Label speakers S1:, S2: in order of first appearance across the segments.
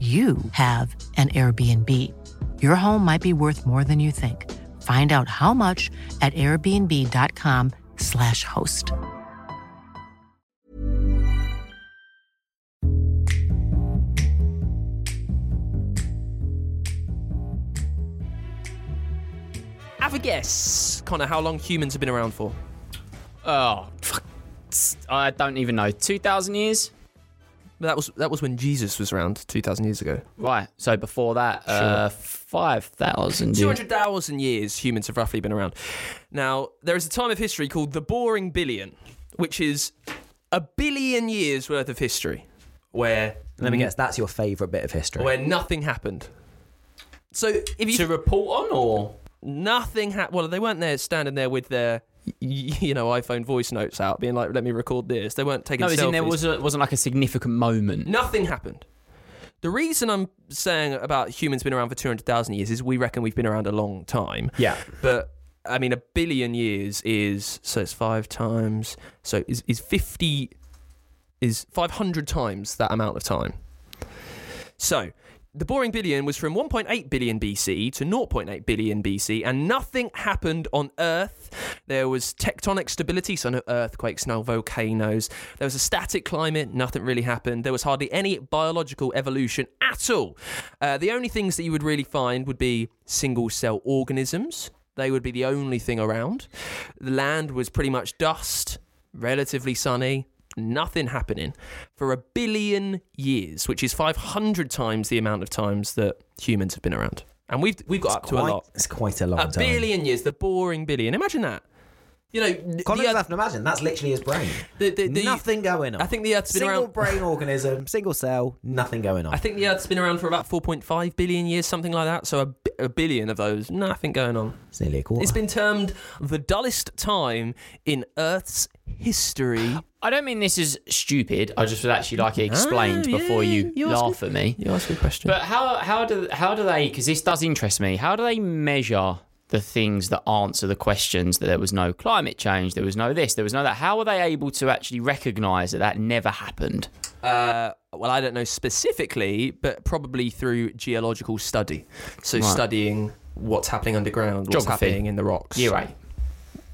S1: you have an Airbnb. Your home might be worth more than you think. Find out how much at airbnb.com/slash host.
S2: Have a guess, Connor, how long humans have been around for?
S3: Oh, I don't even know. 2,000 years?
S2: That was that was when Jesus was around two thousand years ago.
S3: Right. So before that, uh, 5,000
S2: Two
S3: years.
S2: hundred thousand years humans have roughly been around. Now there is a time of history called the boring billion, which is a billion years worth of history where
S4: Let me guess, that's your favourite bit of history.
S2: where nothing happened. So if you
S3: To report on or?
S2: nothing happened, well they weren't there standing there with their y- you know iPhone voice notes out, being like, "Let me record this." They weren't taking
S3: No, as
S2: selfies.
S3: in there was a, wasn't like a significant moment.
S2: Nothing happened. The reason I'm saying about humans been around for 200,000 years is we reckon we've been around a long time.
S4: Yeah.
S2: But I mean, a billion years is, so it's five times, so is, is 50, is 500 times that amount of time. So the boring billion was from 1.8 billion BC to 0.8 billion BC, and nothing happened on Earth. There was tectonic stability, so no earthquakes, no volcanoes. There was a static climate, nothing really happened. There was hardly any biological evolution at all. Uh, the only things that you would really find would be single cell organisms. They would be the only thing around. The land was pretty much dust, relatively sunny, nothing happening for a billion years, which is 500 times the amount of times that humans have been around. And we've we've got up to
S4: quite,
S2: a lot.
S4: It's quite a long
S2: A
S4: time.
S2: billion years, the boring billion. Imagine that. You know, the-
S4: Connor's
S2: the,
S4: left and imagine. That's literally his brain.
S2: The- the- the-
S4: nothing going on.
S2: I think the Earth's been
S4: single
S2: around-
S4: brain organism, single cell, nothing going on.
S2: I think the Earth's been around for about 4.5 billion years, something like that. So a, bi- a billion of those, nothing going on.
S4: it's nearly a quarter.
S2: It's been termed the dullest time in Earth's history.
S3: I don't mean this is stupid. I just would actually like it explained
S2: yeah,
S3: before you
S2: you ask
S3: laugh at me.
S2: You asked me a question.
S3: But how how do how do they? Because this does interest me. How do they measure the things that answer the questions that there was no climate change, there was no this, there was no that? How are they able to actually recognise that that never happened?
S2: Uh, well, I don't know specifically, but probably through geological study. So studying what's happening underground, what's
S3: Geography.
S2: happening in the rocks.
S3: You're right.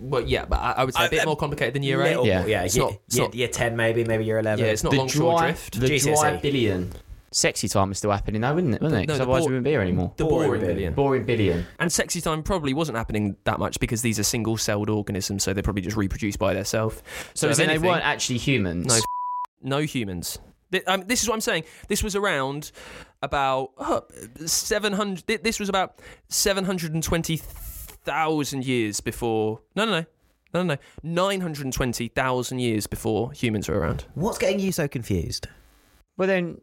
S2: Well, yeah, but I, I would say a bit more complicated than year eight.
S4: Little-
S3: Yeah.
S4: yeah,
S2: It's
S4: year,
S2: not- it's
S4: year-
S2: not-
S4: year 10 maybe, maybe year 11.
S2: Yeah, it's not
S3: the
S2: longshore
S3: dry,
S2: drift.
S3: the
S4: GCSE.
S3: dry billion. Sexy time is still happening though, wouldn't it? Wouldn't it?
S2: No,
S3: 'Cause
S2: the
S3: otherwise
S2: bor-
S3: we wouldn't be here anymore.
S2: the boring,
S4: Boring
S2: billion.
S4: billion.
S3: Boring billion.
S2: And sexy time probably wasn't happening that much because these are single-celled organisms, so they probably just reproduce by themselves.
S3: So,
S2: if
S3: then they
S2: anything-
S3: weren't actually humans.
S2: No. no humans. Th- um, this is what I'm saying. This was around about uh, 700. thi- This was about 720,000 years before. No, no, no. No, no, no. 920,000 years before humans were around.
S4: What's getting you so confused?
S3: Well then,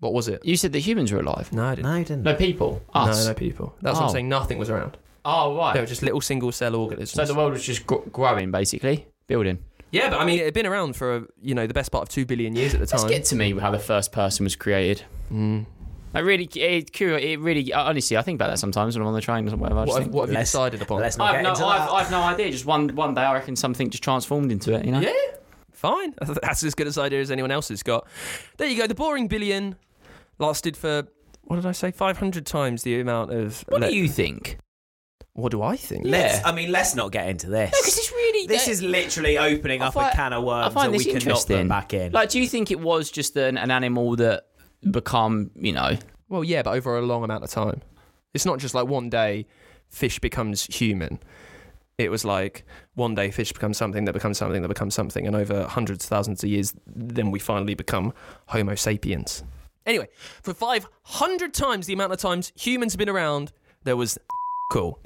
S2: What was it?
S3: you said that humans were alive.
S2: No, I didn't.
S4: No, you didn't.
S3: No people.
S2: No,
S3: Us.
S2: no, people. That's what I'm
S3: Oh.
S2: saying. Nothing was around.
S3: Oh right.
S2: They were just little single cell organisms.
S3: so the world was just gr- growing basically, building.
S2: yeah, but I mean, it had been around for, uh, you know, the best part of 2 billion years at the
S3: Let's
S2: time.
S3: get to me how the first person was created.
S2: Mm.
S3: I really, it, curi- it really, honestly, I think about that sometimes when I'm on the train or whatever. I just
S2: What have,
S3: think,
S2: what have you
S4: Let's-
S2: decided upon?
S4: Let's not
S3: I've,
S4: get
S3: no,
S4: into
S3: I've,
S4: that.
S3: I've no idea. Just one one day, I reckon something just transformed into it. You know?
S2: Yeah, fine. That's as good as idea as anyone else has got. There you go. The boring billion lasted for what did I say? Five hundred times the amount of.
S3: What
S2: le-
S3: do you think?
S2: What do I think?
S4: Let's,
S3: Yeah.
S4: I mean, let's not get into this.
S3: Because it's really
S4: this is literally opening
S3: I
S4: up
S3: find-
S4: a can of worms
S3: I find
S4: that
S3: this
S4: we cannot
S3: interesting.
S4: put back in.
S3: Like, do you think it was just an, an animal that become, you know,
S2: Well, yeah, but over a long amount of time. It's not just like one day fish becomes human. It was like one day fish becomes something that becomes something that becomes something, and over hundreds, thousands of years, then we finally become Homo sapiens. Anyway, for 500 times the amount of times humans have been around, there was cool.